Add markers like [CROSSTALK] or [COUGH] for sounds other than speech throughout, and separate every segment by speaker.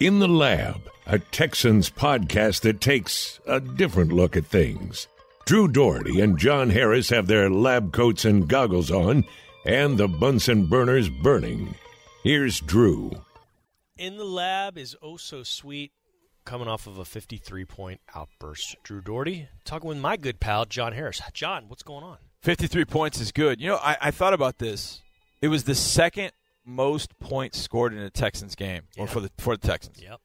Speaker 1: In the Lab, a Texans podcast that takes a different look at things. Drew Doherty and John Harris have their lab coats and goggles on, and the Bunsen burners burning. Here's Drew.
Speaker 2: In the Lab is oh so sweet, coming off of a 53 point outburst. Drew Doherty talking with my good pal, John Harris. John, what's going on?
Speaker 3: 53 points is good. You know, I, I thought about this. It was the second most points scored in a Texans game,
Speaker 2: Yeah.
Speaker 3: or for the for the Texans.
Speaker 2: Yep.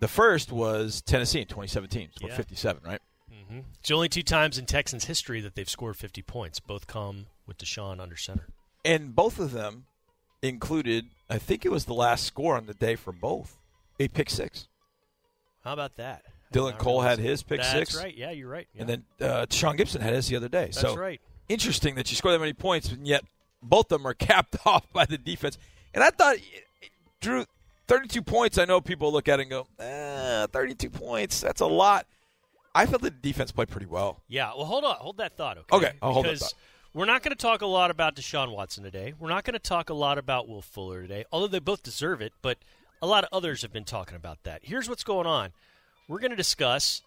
Speaker 3: The first was Tennessee in 2017, scored
Speaker 2: Yeah.
Speaker 3: 57, right?
Speaker 2: hmm It's the only two times in Texans history that they've scored 50 points. Both come with Deshaun under center.
Speaker 3: And both of them included, I think it was the last score on the day for both, a pick six.
Speaker 2: How about that? I
Speaker 3: Dylan
Speaker 2: did not
Speaker 3: Cole
Speaker 2: realize
Speaker 3: had
Speaker 2: that.
Speaker 3: his pick
Speaker 2: That's
Speaker 3: six.
Speaker 2: right. Yeah, you're right. Yeah.
Speaker 3: And then uh, Sean Gibson had his the other day.
Speaker 2: That's
Speaker 3: so
Speaker 2: right.
Speaker 3: interesting that you score that many points, and yet both of them are [LAUGHS] capped off by the defense. And I thought, Drew, 32 points, I know people look at it and go, eh, 32 points, that's a lot. I felt the defense played pretty well.
Speaker 2: Yeah. Well, hold on. Hold that thought. Okay.
Speaker 3: Okay, I'll hold that
Speaker 2: Because
Speaker 3: thought.
Speaker 2: We're not going to talk a lot about Deshaun Watson today. We're not going to talk a lot about Will Fuller today, although they both deserve it. But a lot of others have been talking about that. Here's what's going on. We're going to discuss,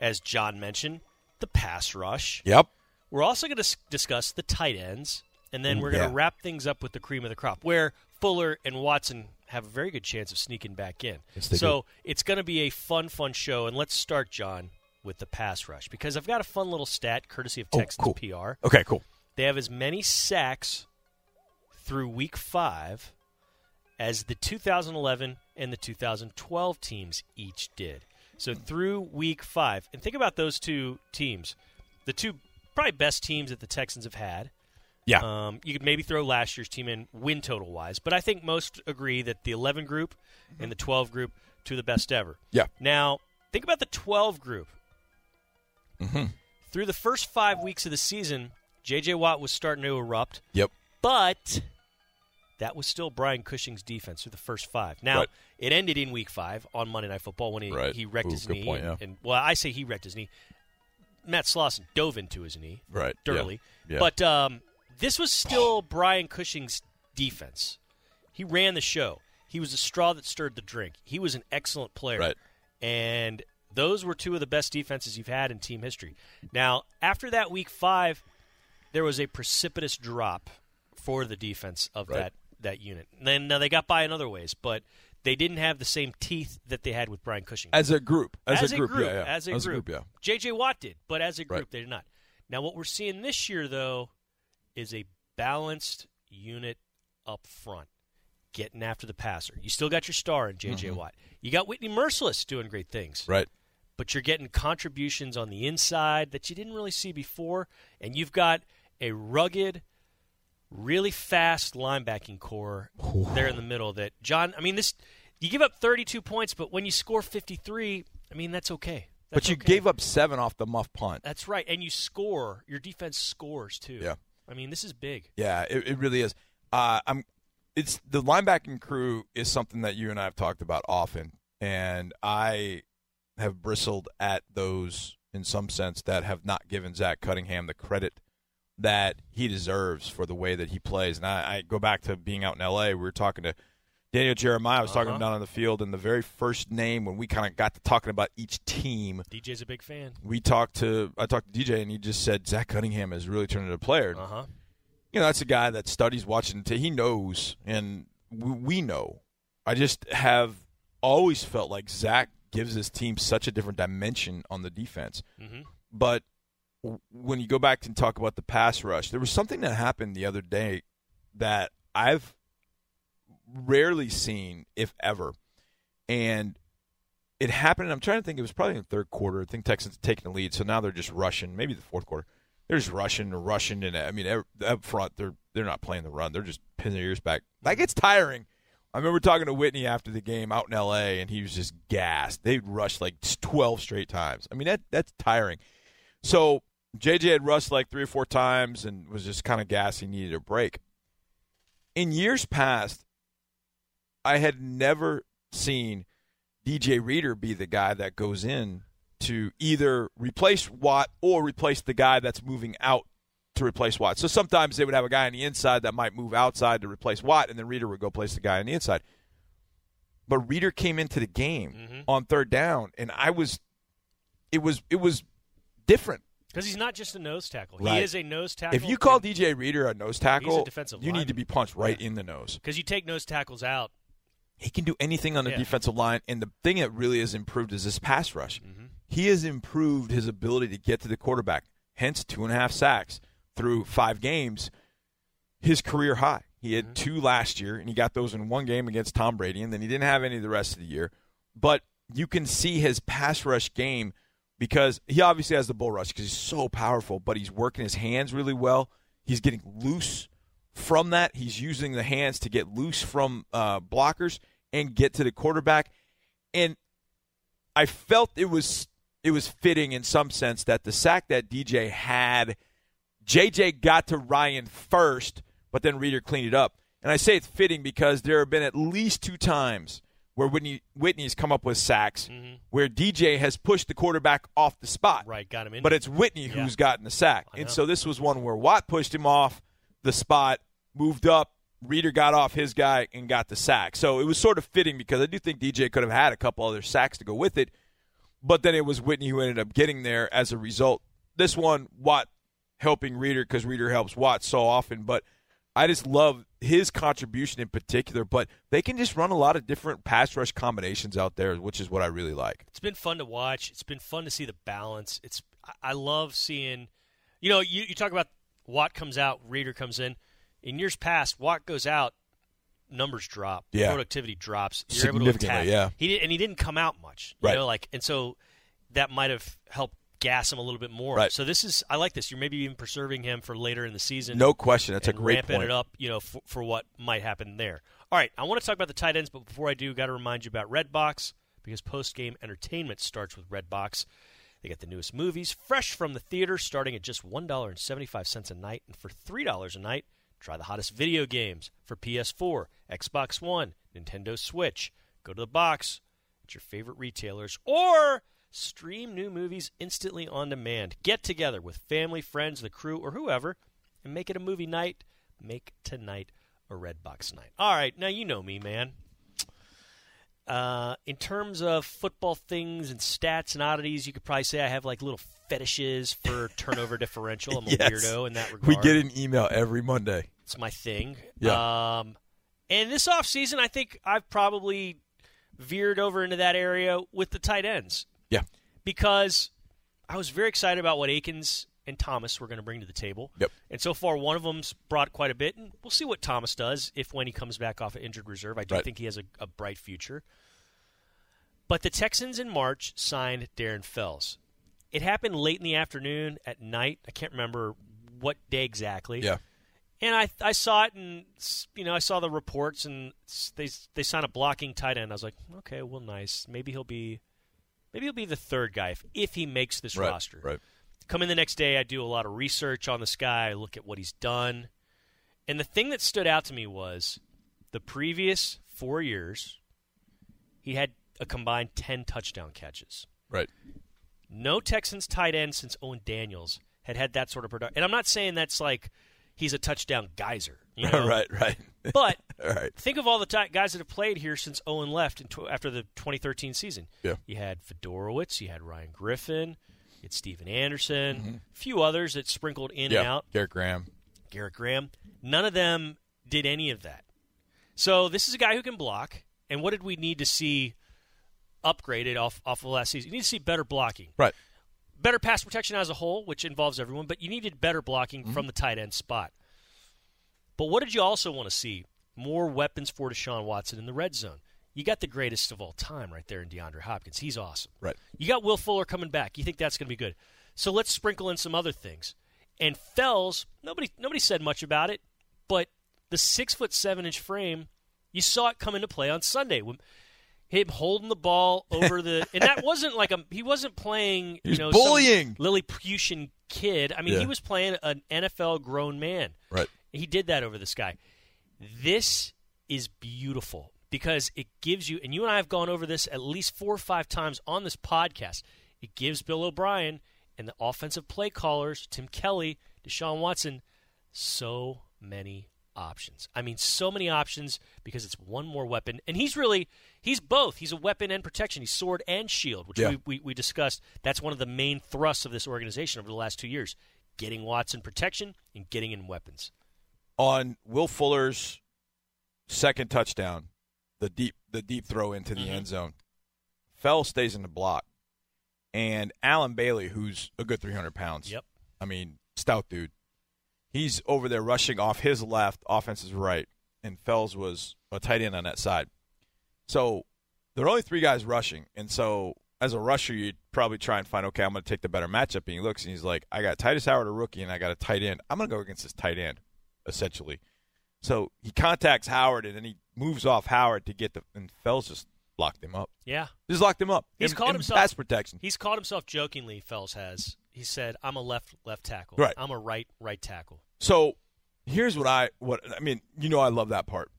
Speaker 2: as John mentioned, the pass rush.
Speaker 3: Yep.
Speaker 2: We're also going to discuss the tight ends, and then we're going to
Speaker 3: Mm, Yeah.
Speaker 2: wrap things up with the cream of the crop, where Fuller and Watson have a very good chance of sneaking back in.
Speaker 3: Yes, they
Speaker 2: so it's going to be a fun, fun show. And let's start, John, with the pass rush because I've got a fun little stat courtesy of
Speaker 3: Oh,
Speaker 2: Texans
Speaker 3: cool.
Speaker 2: PR.
Speaker 3: Okay, cool.
Speaker 2: They have as many sacks through Week Five as the 2011 and the 2012 teams each did. So through Week Five, and think about those two teams, the two probably best teams that the Texans have had.
Speaker 3: Yeah.
Speaker 2: Um, you could maybe throw last year's team in win total wise, but I think most agree that the 11 group and the 12 group two of the best ever.
Speaker 3: Yeah.
Speaker 2: Now think about the 12 group.
Speaker 3: Mhm.
Speaker 2: Through the first five weeks of the season, J.J. Watt was starting to erupt,
Speaker 3: Yep.
Speaker 2: but that was still Brian Cushing's defense through the first five. Now
Speaker 3: Right.
Speaker 2: it ended in Week Five on Monday Night Football when he,
Speaker 3: Right.
Speaker 2: he wrecked
Speaker 3: Ooh,
Speaker 2: his
Speaker 3: good
Speaker 2: knee.
Speaker 3: point, yeah.
Speaker 2: and, well, I say he wrecked his knee. Matt Slauson dove into his knee
Speaker 3: Right.
Speaker 2: dirtily. But um, this was still Brian Cushing's defense. He ran the show. He was the straw that stirred the drink. He was an excellent player.
Speaker 3: Right.
Speaker 2: And those were two of the best defenses you've had in team history. Now, after that week five, there was a precipitous drop for the defense of
Speaker 3: Right.
Speaker 2: that, that unit. And then now they got by in other ways, but they didn't have the same teeth that they had with Brian Cushing
Speaker 3: as a group. As,
Speaker 2: a group,
Speaker 3: yeah, yeah.
Speaker 2: as a group.
Speaker 3: yeah.
Speaker 2: JJ Watt did, but as a group,
Speaker 3: Right.
Speaker 2: they did not. Now, what we're seeing this year, though, is a balanced unit up front, getting after the passer. You still got your star in JJ
Speaker 3: Mm-hmm.
Speaker 2: Watt. You got Whitney Merciless doing great things,
Speaker 3: Right.
Speaker 2: but you're getting contributions on the inside that you didn't really see before, and you've got a rugged. Really fast linebacking core there in the middle. That John, I mean, this you give up 32 points, but when you score 53, I mean that's okay.
Speaker 3: But you
Speaker 2: gave up.
Speaker 3: gave up seven off the muff punt.
Speaker 2: That's right. And you score. Your defense scores too.
Speaker 3: Yeah.
Speaker 2: I mean, this is big.
Speaker 3: Yeah, it, it really is. Uh, I'm. It's the linebacking crew is something that you and I have talked about often, and I have bristled at those in some sense that have not given Zach Cunningham the credit that he deserves for the way that he plays. And I, I go back to being out in L.A. We were talking to Daniel Jeremiah. I was talking to
Speaker 2: Uh-huh.
Speaker 3: him down on the field, and the very first name when we kind of got to talking about each team
Speaker 2: DJ's a big fan.
Speaker 3: we talked to I talked to DJ and he just said Zach Cunningham has really turned into a player.
Speaker 2: Uh huh.
Speaker 3: You know, that's a guy that studies watching. T- he knows, and we, we know. I just have always felt like Zach gives his team such a different dimension on the defense.
Speaker 2: Mhm.
Speaker 3: But w- when you go back and talk about the pass rush, there was something that happened the other day that I've rarely seen, if ever, and it happened. I'm trying to think. It was probably in the third quarter. I think Texans had taken the lead, so now they're just rushing. Maybe the fourth quarter, they're just rushing and rushing. And I mean, ev- up front, they're they're not playing the run. They're just pinning their ears back. Like it's tiring. I remember talking to Whitney after the game out in L.A. and he was just gassed. They rushed like 12 straight times. I mean, that that's tiring. So JJ had rushed like three or four times and was just kind of gassed. He needed a break. In years past, I had never seen DJ Reader be the guy that goes in to either replace Watt or replace the guy that's moving out to replace Watt. So sometimes they would have a guy on the inside that might move outside to replace Watt, and then Reader would go place the guy on the inside. But Reader came into the game
Speaker 2: Mhm.
Speaker 3: on third down, and I was, it was it was different.
Speaker 2: Because he's not just a nose tackle. He
Speaker 3: Right.
Speaker 2: is a nose tackle.
Speaker 3: If you call DJ Reader a nose tackle,
Speaker 2: defensive
Speaker 3: you need to
Speaker 2: lineman.
Speaker 3: be punched right in the nose.
Speaker 2: Because you take nose tackles out.
Speaker 3: He can do anything on the
Speaker 2: Yeah.
Speaker 3: defensive line, and the thing that really has improved is his pass rush.
Speaker 2: Mm-hmm.
Speaker 3: He has improved his ability to get to the quarterback. Hence, two and a half sacks through five games, his career high. He had two last year, and he got those in one game against Tom Brady, and then he didn't have any the rest of the year. But you can see his pass rush game because he obviously has the bull rush because he's so powerful, but he's working his hands really well. He's getting loose from that. He's using the hands to get loose from uh, blockers and get to the quarterback. And I felt it was it was fitting in some sense that the sack that DJ had, JJ got to Ryan first, but then Reader cleaned it up. And I say it's fitting because there have been at least two times where Whitney Whitney's come up with sacks where DJ has pushed the quarterback off the spot.
Speaker 2: Right, got him in.
Speaker 3: But it's Whitney
Speaker 2: Yeah.
Speaker 3: who's gotten the sack.
Speaker 2: I
Speaker 3: And
Speaker 2: know.
Speaker 3: so this was one where Watt pushed him off the spot, moved up, Reader got off his guy and got the sack. So it was sort of fitting because I do think DJ could have had a couple other sacks to go with it. But then it was Whitney who ended up getting there as a result. This one, Watt helping Reader because Reader helps Watt so often. But I just love his contribution in particular. But they can just run a lot of different pass rush combinations out there, which is what I really like.
Speaker 2: it's been fun to watch. It's been fun to see the balance. It's I- I love seeing, you know, you, you talk about Watt comes out, Reader comes in. In years past, Watt goes out, numbers drop,
Speaker 3: Yeah.
Speaker 2: productivity drops. You're able to attack.
Speaker 3: Significantly, yeah.
Speaker 2: He did, and he didn't come out much, you
Speaker 3: Right.
Speaker 2: know, like, and so that might have helped gas him a little bit more.
Speaker 3: Right.
Speaker 2: So this is I like this. You're maybe even preserving him for later in the season.
Speaker 3: No question. That's a
Speaker 2: and
Speaker 3: great
Speaker 2: ramping
Speaker 3: point.
Speaker 2: it up, you know, for, for what might happen there. All right, I want to talk about the tight ends, but before I do, got to remind you about Redbox because post game entertainment starts with Redbox. They got the newest movies fresh from the theater, starting at just one dollar and seventy five cents a night, and for three dollars a night, try the hottest video games for PS4, Xbox One, Nintendo Switch. Go to the box at your favorite retailers or stream new movies instantly on demand. Get together with family, friends, the crew, or whoever and make it a movie night. Make tonight a red box night. All right, now you know me, man. Uh, in terms of football things and stats and oddities, you could probably say I have like little fetishes for
Speaker 3: [LAUGHS]
Speaker 2: turnover differential. I'm a
Speaker 3: Yes.
Speaker 2: weirdo in that regard.
Speaker 3: We get an email every Monday.
Speaker 2: It's my thing.
Speaker 3: Yeah.
Speaker 2: Um, and this offseason, I think I've probably veered over into that area with the tight ends
Speaker 3: Yeah.
Speaker 2: because I was very excited about what Akins and Thomas were going to bring to the table.
Speaker 3: Yep.
Speaker 2: And so far, one of them's brought quite a bit, and we'll see what Thomas does if when he comes back off of injured reserve. I do
Speaker 3: Right.
Speaker 2: think he has a, a bright future. But the Texans in March signed Darren Fells. It happened late in the afternoon, at night. I can't remember what day exactly.
Speaker 3: Yeah.
Speaker 2: And I I saw it and s- you know I saw the reports and s- they they signed a blocking tight end. I was like, okay, well, nice. Maybe he'll be, maybe he'll be the third guy if, if he makes this
Speaker 3: right.
Speaker 2: roster.
Speaker 3: Right.
Speaker 2: Come in the next day, I do a lot of research on this guy. I look at what he's done, and the thing that stood out to me was the previous four years, he had a combined ten touchdown catches.
Speaker 3: Right. [LAUGHS]
Speaker 2: No Texans tight end since Owen Daniels had had that sort of production. And I'm not saying that's like he's a touchdown geyser,
Speaker 3: [LAUGHS]
Speaker 2: you know?
Speaker 3: right. Right.
Speaker 2: But
Speaker 3: All right.
Speaker 2: think of all the ti- guys that have played here since Owen left in tw- after the 2013 season.
Speaker 3: Yeah.
Speaker 2: You had Fedorowicz, you had Ryan Griffin, you had Steven Anderson, a few others that sprinkled in and
Speaker 3: Mm-hmm. yeah.
Speaker 2: out.
Speaker 3: Garrett Graham.
Speaker 2: Garrett Graham. None of them did any of that. So this is a guy who can block. And what did we need to see upgraded off off of last season? You need to see better blocking
Speaker 3: Right.
Speaker 2: better pass protection as a whole, which involves everyone, but you needed better blocking from the tight end spot. But what did you also want to see? More weapons for Deshaun Watson in the red zone. You got the greatest of all time right there in DeAndre Hopkins. He's awesome.
Speaker 3: Right.
Speaker 2: You got Will Fuller coming back. You think that's going to be good. So let's sprinkle in some other things. And Fells, nobody nobody said much about it, but the six foot seven inch frame, you saw it come into play on Sunday. When, him holding the ball over
Speaker 3: [LAUGHS]
Speaker 2: the and that wasn't like a he wasn't playing you
Speaker 3: He was
Speaker 2: know
Speaker 3: bullying.
Speaker 2: some Lilliputian kid. I mean,
Speaker 3: Yeah.
Speaker 2: he was playing an NFL grown man.
Speaker 3: Right.
Speaker 2: He did that over this guy. This is beautiful because it gives you, and you and I have gone over this at least four or five times on this podcast. It gives Bill O'Brien and the offensive play callers, Tim Kelly, Deshaun Watson, so many options. I mean, so many options because it's one more weapon, and he's really he's both. He's a weapon and protection. He's sword and shield, which
Speaker 3: Yeah.
Speaker 2: we, we we discussed. That's one of the main thrusts of this organization over the last two years: getting Watson protection and getting in weapons.
Speaker 3: on Will Fuller's second touchdown, the deep the deep throw into the
Speaker 2: Mhm.
Speaker 3: end zone. Fell stays in the block, and Alan Bailey, who's a good 300 pounds.
Speaker 2: Yep.
Speaker 3: I mean, stout dude. He's over there rushing off his left, offense is right, and Fells was a tight end on that side. So there are only three guys rushing, and so as a rusher, you'd probably try and find, okay, I'm going to take the better matchup. And he looks and he's like, I got Titus Howard, a rookie, and I got a tight end. I'm going to go against this tight end, essentially. So he contacts Howard, and then he moves off Howard to get the and Fells just locked him up.
Speaker 2: Yeah,
Speaker 3: Just locked him up.
Speaker 2: He's
Speaker 3: in,
Speaker 2: called
Speaker 3: in
Speaker 2: himself-
Speaker 3: pass protection.
Speaker 2: he's called himself jokingly. Fells has he said, "I'm a left left tackle.
Speaker 3: Right.
Speaker 2: I'm a right right tackle."
Speaker 3: So here's what I what I mean. You know, I love that part.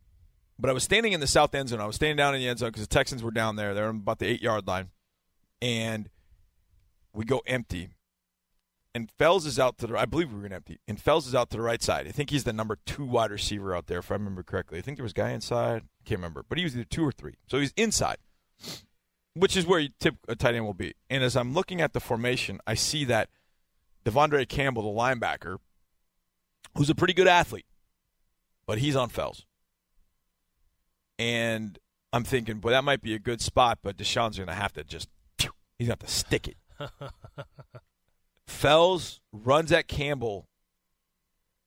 Speaker 3: But I was standing in the south end zone. I was standing down in the end zone because the Texans were down there. They're on about the eight yard line, and we go empty. And Fells is out to the. I believe we were in empty. And Fells is out to the right side. I think he's the number two wide receiver out there, if I remember correctly. I think there was a guy inside. I can't remember, but he was either two or three. So he's inside, which is where you tip a tight end will be. And as I'm looking at the formation, I see that Devondre Campbell, the linebacker, who's a pretty good athlete, but he's on Fells. And I'm thinking, boy, that might be a good spot, but Deshaun's going to have to just, he's going to have to stick it. [LAUGHS] Fells runs at Campbell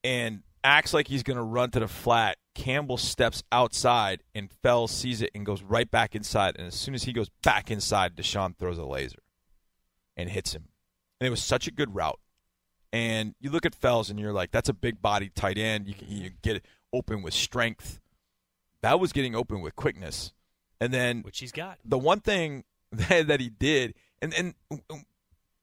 Speaker 3: and acts like he's going to run to the flat. Campbell steps outside, and Fells sees it and goes right back inside. And as soon as he goes back inside, Deshaun throws a laser and hits him. And it was such a good route. And you look at Fells, and you're like, that's a big body tight end. You can you can get open with strength. That was getting open with quickness. And then
Speaker 2: Which he's got.
Speaker 3: the one thing [LAUGHS] that, that he did, and and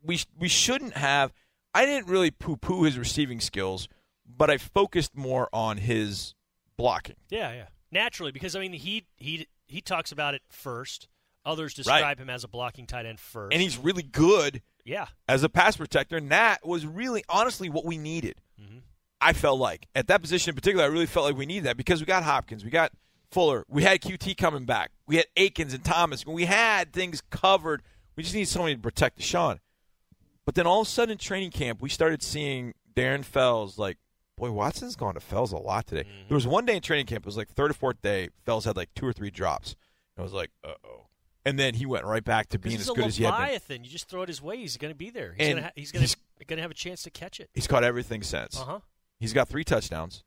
Speaker 3: we we shouldn't have. I didn't really poo poo his receiving skills, but I focused more on his blocking.
Speaker 2: Yeah, yeah. Naturally, because I mean, he he he talks about it first. Others describe
Speaker 3: Right.
Speaker 2: him as a blocking tight end first.
Speaker 3: And he's really good
Speaker 2: yeah,
Speaker 3: as a pass protector, and that was really honestly what we needed.
Speaker 2: Mhm.
Speaker 3: I felt like at that position in particular, I really felt like we needed that because we got Hopkins, we got Fuller, we had QT coming back, we had Akins and Thomas, we had things covered. We just needed somebody to protect Deshaun. But then all of a sudden, in training camp, we started seeing Darren Fells like, boy, Watson's gone to Fells a lot today.
Speaker 2: Mm-hmm.
Speaker 3: There was one day in training camp, it was like third or fourth day, Fells had like two or three drops. And I was like, uh oh. And then he went right back to being
Speaker 2: he's
Speaker 3: as
Speaker 2: a
Speaker 3: good as he had been.
Speaker 2: leviathan. You just throw it his way. He's going to be there. He's
Speaker 3: And
Speaker 2: going to ha- he's going
Speaker 3: he's-
Speaker 2: to going to have a chance to catch it.
Speaker 3: He's caught everything since.
Speaker 2: Uh huh.
Speaker 3: He's got three touchdowns,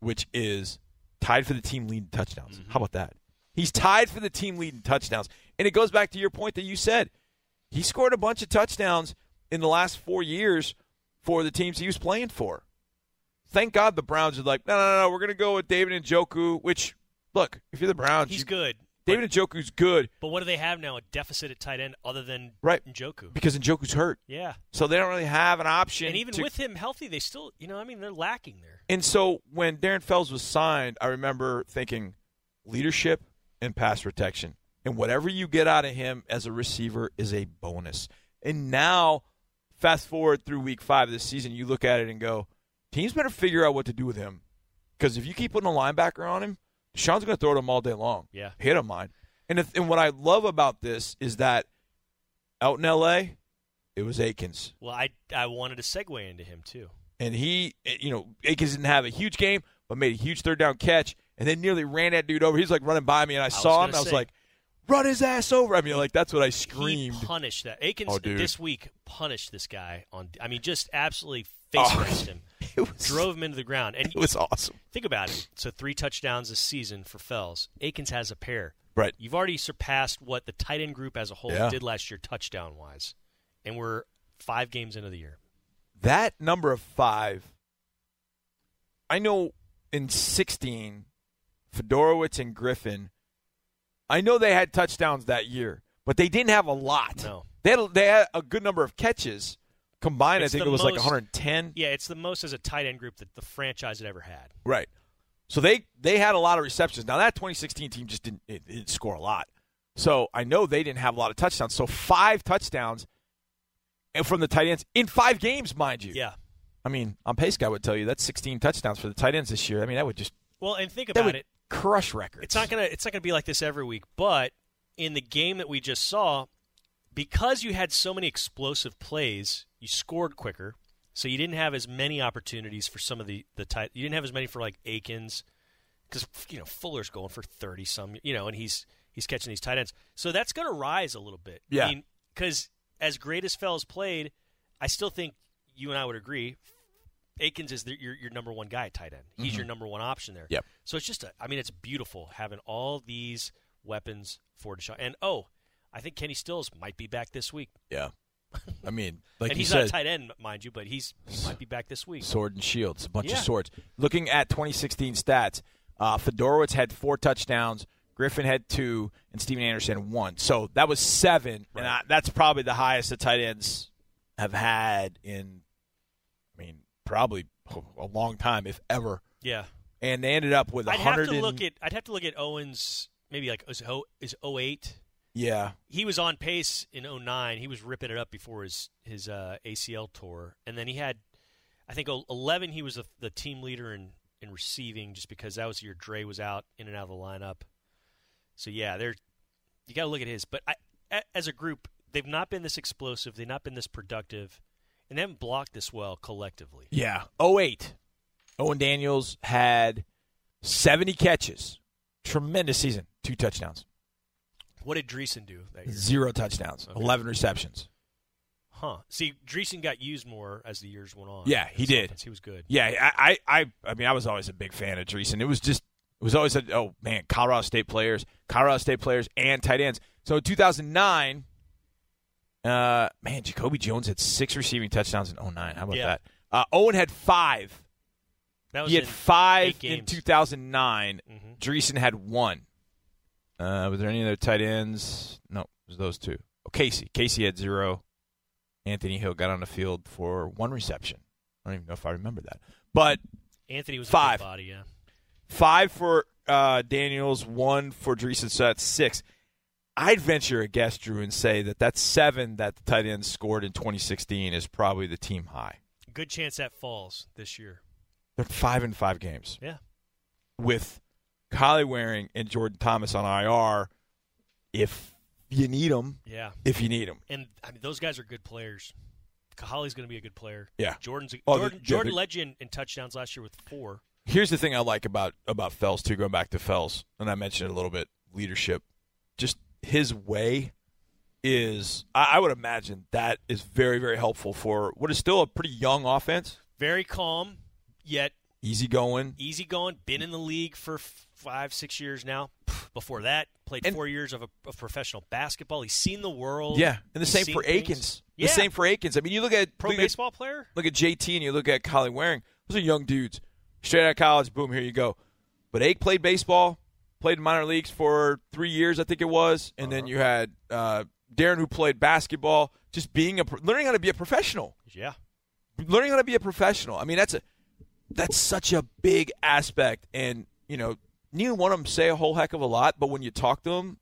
Speaker 3: which is tied for the team lead in touchdowns.
Speaker 2: Mm-hmm.
Speaker 3: How about that? He's tied for the team lead in touchdowns. And it goes back to your point that you said. He scored a bunch of touchdowns in the last four years for the teams he was playing for. Thank God the Browns are like, no, no, no, we're going to go with David and Joku, which, look, if you're the Browns,
Speaker 2: He's
Speaker 3: you-
Speaker 2: good.
Speaker 3: David and Joku's good
Speaker 2: But what do they have now? A deficit at tight end other than
Speaker 3: Right.
Speaker 2: Njoku.
Speaker 3: because Njoku's hurt.
Speaker 2: Yeah,
Speaker 3: So they don't really have an option.
Speaker 2: and even
Speaker 3: to-
Speaker 2: with him healthy, they still you know I mean they're lacking there.
Speaker 3: And so when Darren Fells was signed, I remember thinking leadership and pass protection. And whatever you get out of him as a receiver is a bonus. And now, fast forward through week five of this season, you look at it and go, teams better figure out what to do with him. Because if you keep putting a linebacker on him, Sean's going to throw to him all day long.
Speaker 2: Yeah.
Speaker 3: Hit him, mine. And, if, and what I love about this is that out in L.A., it was Akins
Speaker 2: Well, I I wanted to segue into him too.
Speaker 3: and he, eh, you know, Akins didn't have a huge game, but made a huge third down catch, and then nearly ran that dude over. He's like running by me, and I,
Speaker 2: was
Speaker 3: saw
Speaker 2: gonna
Speaker 3: him. and I was
Speaker 2: say-
Speaker 3: like, "Run his ass over!" I mean, like that's what I
Speaker 2: He
Speaker 3: screamed.
Speaker 2: punished that Akins
Speaker 3: Oh, dude.
Speaker 2: this week punished this guy on. I mean, just absolutely face
Speaker 3: Oh.
Speaker 2: pressed him,
Speaker 3: [LAUGHS] It was
Speaker 2: drove him into the ground, and
Speaker 3: [LAUGHS] it was awesome.
Speaker 2: Think about it. So three touchdowns this season for Fells. Akins has a pair.
Speaker 3: Right.
Speaker 2: You've already surpassed what the tight end group as a whole
Speaker 3: Yeah.
Speaker 2: did last year touchdown wise. And we're five games into the year.
Speaker 3: That number of five. I know in sixteen, Fedorowicz and Griffin. I know they had touchdowns that year, but they didn't have a lot.
Speaker 2: No.
Speaker 3: They had, they had a good number of catches combined.
Speaker 2: It's
Speaker 3: I think
Speaker 2: the
Speaker 3: it was like
Speaker 2: most-
Speaker 3: 110.
Speaker 2: Yeah, it's the most as a tight end group that the franchise had ever had.
Speaker 3: Right. So they they had a lot of receptions. Now that 2016 team just didn't it, it didn't score a lot. So I know they didn't have a lot of touchdowns. So five touchdowns and from the tight ends in five games, mind you.
Speaker 2: Yeah.
Speaker 3: I mean, on pace guy would tell you that's 16 touchdowns for the tight ends this year. I mean, that would just
Speaker 2: Well, and think
Speaker 3: that
Speaker 2: about
Speaker 3: would
Speaker 2: it.
Speaker 3: crush records.
Speaker 2: It's not gonna it's not gonna be like this every week, but in the game that we just saw, because you had so many explosive plays, you scored quicker, so you didn't have as many opportunities for some of the the tight. You didn't have as many for like Aikens, because you know Fuller's going for thirty some, you know, and he's he's catching these tight ends, so that's gonna rise a little bit.
Speaker 3: Yeah.
Speaker 2: I mean, because as great as Fell's played, I still think you and I would agree. Aikens is the, your your number one guy at tight end. He's your number one option there.
Speaker 3: Mm-hmm. Yep.
Speaker 2: So it's just, a, I mean, it's beautiful having all these weapons for Deshaun. And oh, I think Kenny Stills might be back this week. [LAUGHS]
Speaker 3: Yeah. I mean, like
Speaker 2: and
Speaker 3: you
Speaker 2: he's
Speaker 3: said,
Speaker 2: not a tight end, mind you, but he's he might be back this week.
Speaker 3: sword and shields, a bunch
Speaker 2: Yeah.
Speaker 3: of swords. Looking at 2016 stats, uh, Fedorowicz had four touchdowns, Griffin had two, and Steven Anderson one. So that was seven, and I, that's probably the highest the tight ends have had in, I mean, probably a long time, if ever.
Speaker 2: Yeah.
Speaker 3: And they ended up with
Speaker 2: I'd
Speaker 3: 100
Speaker 2: have to
Speaker 3: and-
Speaker 2: look at I'd have to look at Owens maybe like is oh is 08.
Speaker 3: yeah,
Speaker 2: He was on pace in 09. He was ripping it up before his his uh, ACL tour, and then he had I think oh- 11. He was the, the team leader in in receiving just because that was your Dre was out in and out of the lineup. So yeah, there you got to look at his. But I, a- as a group, they've not been this explosive. They've not been this productive, and they haven't blocked this well collectively.
Speaker 3: Yeah. 08. Owen Daniels had 70 catches. Tremendous season. Two touchdowns.
Speaker 2: What did Dreesen do that year?
Speaker 3: Zero touchdowns.
Speaker 2: Okay.
Speaker 3: 11 receptions.
Speaker 2: Huh? See, Dreesen got used more as the years went on.
Speaker 3: Yeah, he
Speaker 2: His
Speaker 3: did.
Speaker 2: offense, He was good.
Speaker 3: Yeah, I, I, I, I mean, I was always a big fan of Dreesen. It was just, it was always a, oh man, Colorado State players, Colorado State players, and tight ends. So in 2009, uh, man, Jacoby Jones had six receiving touchdowns in 09. How about
Speaker 2: Yeah.
Speaker 3: that? Uh, Owen had five.
Speaker 2: That was
Speaker 3: He had
Speaker 2: in
Speaker 3: five
Speaker 2: eight
Speaker 3: in
Speaker 2: games.
Speaker 3: 2009.
Speaker 2: Mhm.
Speaker 3: Dreesen had one. Uh, was there any other tight ends? No, it was those two. Oh, Casey. Casey had zero. Anthony Hill got on the field for one reception. I don't even know if I remember that. But
Speaker 2: Anthony was
Speaker 3: Five.
Speaker 2: A good body, yeah.
Speaker 3: five for uh, Daniels, one for Dreesen, so that's six. I'd venture a guess, Drew, and say that that seven that the tight ends scored in 2016 is probably the team high.
Speaker 2: Good chance that falls this year.
Speaker 3: They're five in five games.
Speaker 2: Yeah.
Speaker 3: with Kylie Waring and Jordan Thomas on IR if you need them.
Speaker 2: Yeah.
Speaker 3: If you need them.
Speaker 2: And I mean those guys are good players. Kahali's going to be a good player.
Speaker 3: Yeah.
Speaker 2: Jordan's a,
Speaker 3: Oh, the-
Speaker 2: Jordan,
Speaker 3: yeah,
Speaker 2: Jordan
Speaker 3: the-
Speaker 2: led you in, in touchdowns last year with 4.
Speaker 3: Here's the thing I like about about Fells too. Going back to Fells, and I mentioned it a little bit leadership. Just his way is. I, I would imagine that is very very helpful for what is still a pretty young offense.
Speaker 2: Very calm, yet
Speaker 3: Easy going.
Speaker 2: easy going. Been in the league for f- 5 6 years now. Before that, played
Speaker 3: And-
Speaker 2: 4 years of, a, of professional basketball. He's seen the world.
Speaker 3: Yeah, and the
Speaker 2: He's
Speaker 3: same
Speaker 2: seen
Speaker 3: for
Speaker 2: things.
Speaker 3: Aikens.
Speaker 2: Yeah.
Speaker 3: The same for Aikens. I mean, you look at
Speaker 2: pro
Speaker 3: look at
Speaker 2: baseball player?
Speaker 3: look at JT and you look at Collie Waring. Those are young dudes, straight out of college. Boom, here you go. But Ake played baseball, played in minor leagues for three years, I think it was, and then you had uh, Darren who played basketball. Just being a pro- learning how to be a professional,
Speaker 2: Yeah.
Speaker 3: learning how to be a professional. I mean, that's a that's such a big aspect, and you know, neither one of them say a whole heck of a lot, but when you talk to them,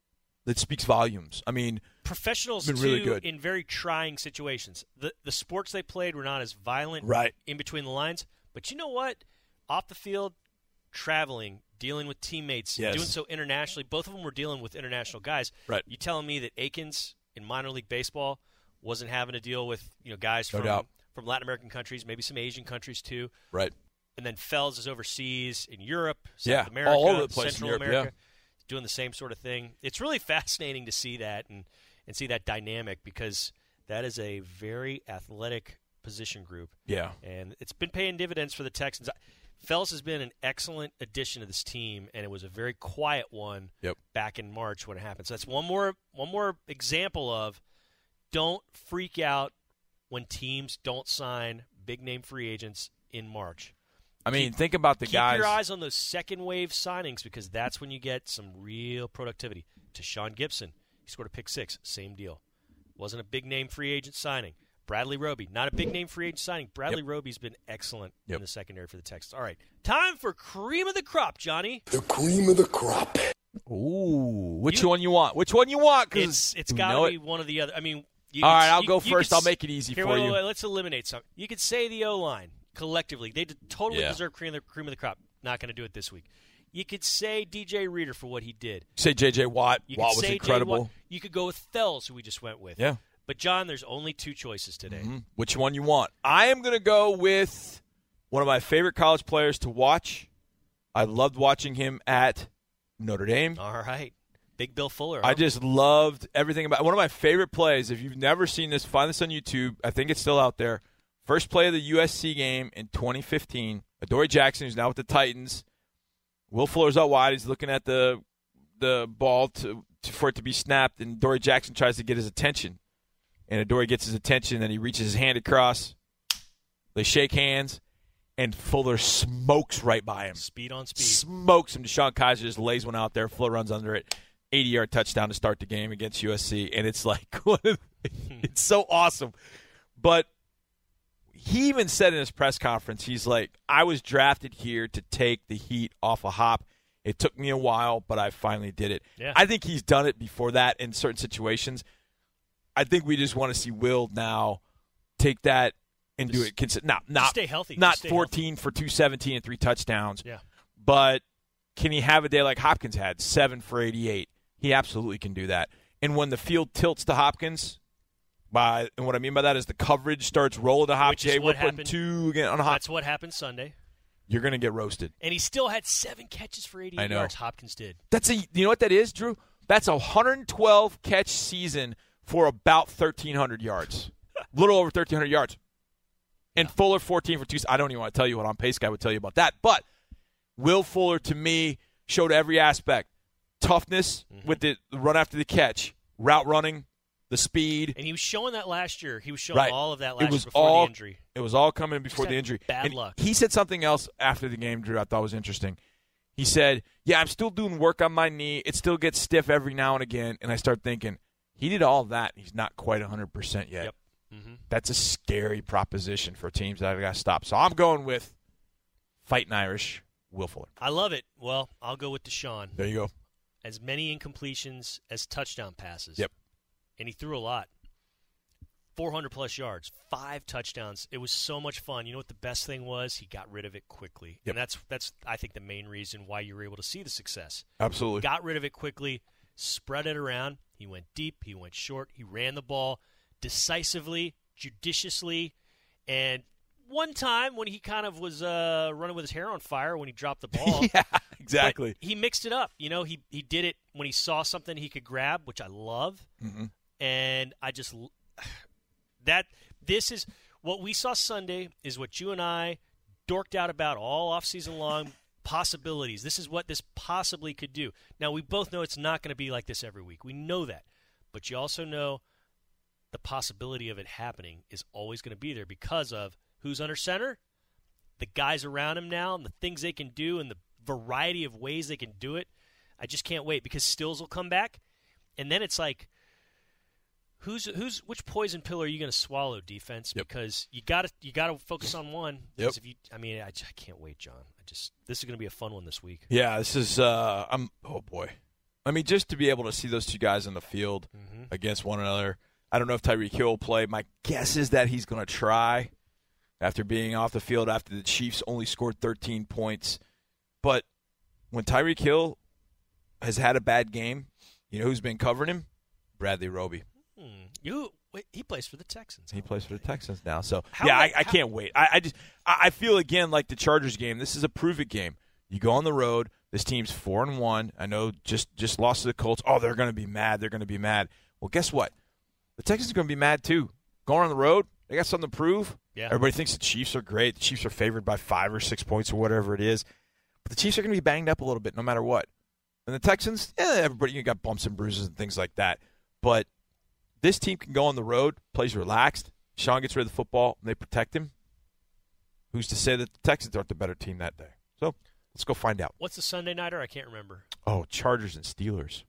Speaker 3: it speaks volumes. I mean,
Speaker 2: professionals
Speaker 3: Been really
Speaker 2: too
Speaker 3: good.
Speaker 2: in very trying situations. The the sports they played were not as violent
Speaker 3: Right.
Speaker 2: in between the lines. But you know what? Off the field, traveling, dealing with teammates,
Speaker 3: Yes.
Speaker 2: doing so internationally. Both of them were dealing with international guys.
Speaker 3: Right.
Speaker 2: You telling me that Aikens in minor league baseball wasn't having to deal with, you know, guys
Speaker 3: No
Speaker 2: from
Speaker 3: doubt.
Speaker 2: from Latin American countries, maybe some Asian countries too.
Speaker 3: right?
Speaker 2: And then Fells is overseas in Europe, South
Speaker 3: Yeah,
Speaker 2: America,
Speaker 3: all over the place in
Speaker 2: Central
Speaker 3: Europe,
Speaker 2: America, doing the same sort of thing. It's really [LAUGHS] fascinating to see that and, and see that dynamic because that is a very athletic position group,
Speaker 3: Yeah,
Speaker 2: and it's been paying dividends for the Texans. Fells has been an excellent addition to this team, and it was a very quiet one
Speaker 3: Yep.
Speaker 2: back in March when it happened. So that's one more one more example of don't freak out when teams don't sign big name free agents in March
Speaker 3: I mean, think about the
Speaker 2: keep
Speaker 3: guys.
Speaker 2: your eyes on those second wave signings because that's when you get some real productivity. To Sean Gibson, he scored a pick six, same deal. Wasn't a big name free agent signing. Bradley Roby, not a big name free agent signing. Bradley Roby's been excellent
Speaker 3: Yep.
Speaker 2: in the secondary for the Texans. All right, time for cream of the crop, Johnny.
Speaker 4: The cream of the crop.
Speaker 3: Ooh, which
Speaker 2: You-
Speaker 3: one you want? Which one you want? 'Cause
Speaker 2: It's it's
Speaker 3: you
Speaker 2: got
Speaker 3: know
Speaker 2: to
Speaker 3: it.
Speaker 2: be one or the other. I mean, you
Speaker 3: All
Speaker 2: could-
Speaker 3: right, I'll
Speaker 2: you-
Speaker 3: go
Speaker 2: you
Speaker 3: first.
Speaker 2: could
Speaker 3: I'll
Speaker 2: s-
Speaker 3: make it easy
Speaker 2: Here,
Speaker 3: for
Speaker 2: wait, wait,
Speaker 3: you.
Speaker 2: wait, let's eliminate some. You could say the O line. collectively. They d- totally
Speaker 4: Yeah.
Speaker 2: deserve cream of, the, cream of the crop. Not going to do it this week. You could say DJ Reader for what he did.
Speaker 3: Say J.J. Watt.
Speaker 2: You
Speaker 3: Watt
Speaker 2: could
Speaker 3: was
Speaker 2: say Jay
Speaker 3: incredible.
Speaker 2: Watt. You could go with Fells, who we just went with.
Speaker 3: Yeah.
Speaker 2: But John, there's only two choices today.
Speaker 3: Mhm. Which one you want? I am going to go with one of my favorite college players to watch. I loved watching him at Notre Dame.
Speaker 2: All right, Big Bill Fuller.
Speaker 3: I
Speaker 2: huh?
Speaker 3: just loved everything about one of my favorite plays. If you've never seen this, find this on YouTube. I think it's still out there. First play of the USC game in 2015. Adoree Jackson, who's now with the Titans. Will Fuller's out wide. He's looking at the the ball to, to for it to be snapped, and Adoree Jackson tries to get his attention. And Adoree gets his attention, and he reaches his hand across. They shake hands, and Fuller smokes right by him
Speaker 2: speed on speed.
Speaker 3: smokes him. Deshaun Kaiser just lays one out there. Flo runs under it. 80 yard touchdown to start the game against USC. And it's like, [LAUGHS] one of the- it's so awesome. But he even said in his press conference, he's like, I was drafted here to take the heat off a hop. It took me a while, but I finally did it.
Speaker 2: Yeah.
Speaker 3: I think he's done it before that in certain situations. I think we just want to see Will now take that and do
Speaker 2: Just-
Speaker 3: it. Consi- not not
Speaker 2: stay healthy.
Speaker 3: Not
Speaker 2: Just stay
Speaker 3: 14 for 217 and three touchdowns [LAUGHS]
Speaker 2: Yeah.
Speaker 3: but can he have a day like Hopkins had, seven for 88? He absolutely can do that. And when the field tilts to Hopkins, by and what I mean by that is the coverage starts rolling to Hopkins.
Speaker 2: Which is
Speaker 3: Hey,
Speaker 2: what
Speaker 3: we're putting
Speaker 2: happened.
Speaker 3: two again on Hopkins.
Speaker 2: That's what happened Sunday.
Speaker 3: You're going to get roasted.
Speaker 2: And he still had seven catches for 88
Speaker 3: I know.
Speaker 2: yards. Hopkins did.
Speaker 3: That's a you know what that is, Drew? That's a 112 catch season for about 1300 yards, a little over 1300 yards. And Fuller 14 for two. I don't even want to tell you what on pace guy would tell you about that, but Will Fuller to me showed every aspect: toughness with the the run after the catch, route running, the speed.
Speaker 2: And he was showing that last year. He was showing
Speaker 3: Right.
Speaker 2: all of that
Speaker 3: It
Speaker 2: last
Speaker 3: was
Speaker 2: year before
Speaker 3: all-
Speaker 2: the injury.
Speaker 3: It was all coming before
Speaker 2: Just
Speaker 3: the
Speaker 2: had
Speaker 3: injury.
Speaker 2: bad
Speaker 3: And
Speaker 2: luck.
Speaker 3: He said something else after the game, Drew. I thought was interesting. He said, "Yeah, I'm still doing work on my knee. It still gets stiff every now and again." And I start thinking, he did all that. He's not quite 100 percent yet.
Speaker 2: Yep. Mm-hmm.
Speaker 3: That's a scary proposition for teams that have got to stop. So I'm going with fighting Irish Will Fuller.
Speaker 2: I love it. Well, I'll go with Deshaun.
Speaker 3: There you go.
Speaker 2: As many incompletions as touchdown passes.
Speaker 3: Yep.
Speaker 2: And he threw a lot. 400 plus yards, five touchdowns. It was so much fun. You know what the best thing was? He got rid of it quickly.
Speaker 3: Yep.
Speaker 2: And that's that's I think the main reason why you were able to see the success.
Speaker 3: Absolutely.
Speaker 2: got rid of it quickly, spread it around. He went deep, he went short, he ran the ball decisively, judiciously, and one time when he kind of was uh, running with his hair on fire when he dropped
Speaker 3: [LAUGHS]
Speaker 2: the ball,
Speaker 3: yeah, exactly.
Speaker 2: but he mixed it up. You know, he he did it when he saw something he could grab, which I love,
Speaker 3: Mhm.
Speaker 2: and I just l- [SIGHS] that this is what we saw Sunday is what you and I dorked out about all off season long. possibilities. This is what this possibly could do. Now we both know it's not going to be like this every week. We know that, but you also know the possibility of it happening is always going to be there because of who's under center the guys around him now and the things they can do and the variety of ways they can do it. I just can't wait because Stills will come back, and then it's like, who's who's which poison pill are you going to swallow, defense?
Speaker 3: Yep.
Speaker 2: Because you got to you got to focus on one.
Speaker 3: Yep.
Speaker 2: 'Cause If you, I mean, I, j- I can't wait, John. I just this is going to be a fun one this week.
Speaker 3: Yeah, this is. Uh, I'm. Oh boy. I mean, just to be able to see those two guys on the field against one another. I don't know if Tyreek Hill will play. My guess is that he's going to try after being off the field after the Chiefs only scored 13 points. But when Tyreek Hill has had a bad game, you know who's been covering him? Bradley Roby.
Speaker 2: Hmm. You wait, he plays for the Texans.
Speaker 3: He plays for the Texans now. So
Speaker 2: How
Speaker 3: yeah,
Speaker 2: the-
Speaker 3: I, I
Speaker 2: how-
Speaker 3: can't wait. I, I just I, I feel again like the Chargers game. This is a prove it game. You go on the road. This team's four and one. I know just just lost to the Colts. Oh, they're going to be mad. They're going to be mad. Well, guess what? The Texans are going to be mad too. Going on the road, they got something to prove.
Speaker 2: Yeah.
Speaker 3: Everybody thinks the Chiefs are great. The Chiefs are favored by five or six points or whatever it is. But the Chiefs are going to be banged up a little bit no matter what. And the Texans, eh, everybody you got bumps and bruises and things like that. But this team can go on the road, plays relaxed. Sean gets rid of the football, and they protect him. Who's to say that the Texans aren't the better team that day? So let's go find out.
Speaker 2: What's the Sunday nighter? I can't remember.
Speaker 3: Oh, Chargers and Steelers.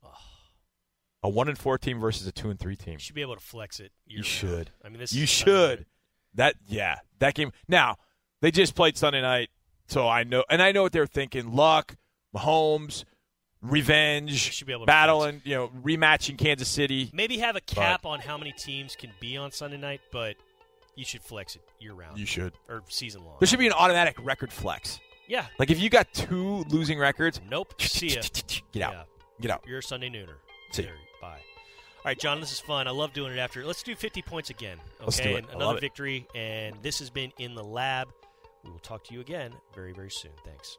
Speaker 3: A one and four team versus a two and three team.
Speaker 2: You should be able to flex it.
Speaker 3: You
Speaker 2: year-round.
Speaker 3: should.
Speaker 2: I mean, this
Speaker 3: you
Speaker 2: is
Speaker 3: should. That yeah, that game. Now they just played Sunday night, so I know, and I know what they're thinking. Luck, Mahomes,
Speaker 2: You
Speaker 3: revenge,
Speaker 2: should be able to
Speaker 3: battling, you know, rematching Kansas City.
Speaker 2: Maybe have a cap on how many teams can be on Sunday night, but you should flex it year round
Speaker 3: You should.
Speaker 2: or season long.
Speaker 3: There should be an automatic record flex.
Speaker 2: yeah.
Speaker 3: Like if you got two losing records,
Speaker 2: Nope.
Speaker 3: [LAUGHS]
Speaker 2: See ya.
Speaker 3: get out.
Speaker 2: Yeah.
Speaker 3: Get out.
Speaker 2: You're a Sunday nooner.
Speaker 3: See ya.
Speaker 2: There, Bye. All right, John, this is fun. I love doing it after. Let's do 50 points again. Okay,
Speaker 3: Let's do it.
Speaker 2: And
Speaker 3: I love
Speaker 2: another
Speaker 3: it.
Speaker 2: victory. And this has been in the lab. We will talk to you again very, very soon. Thanks.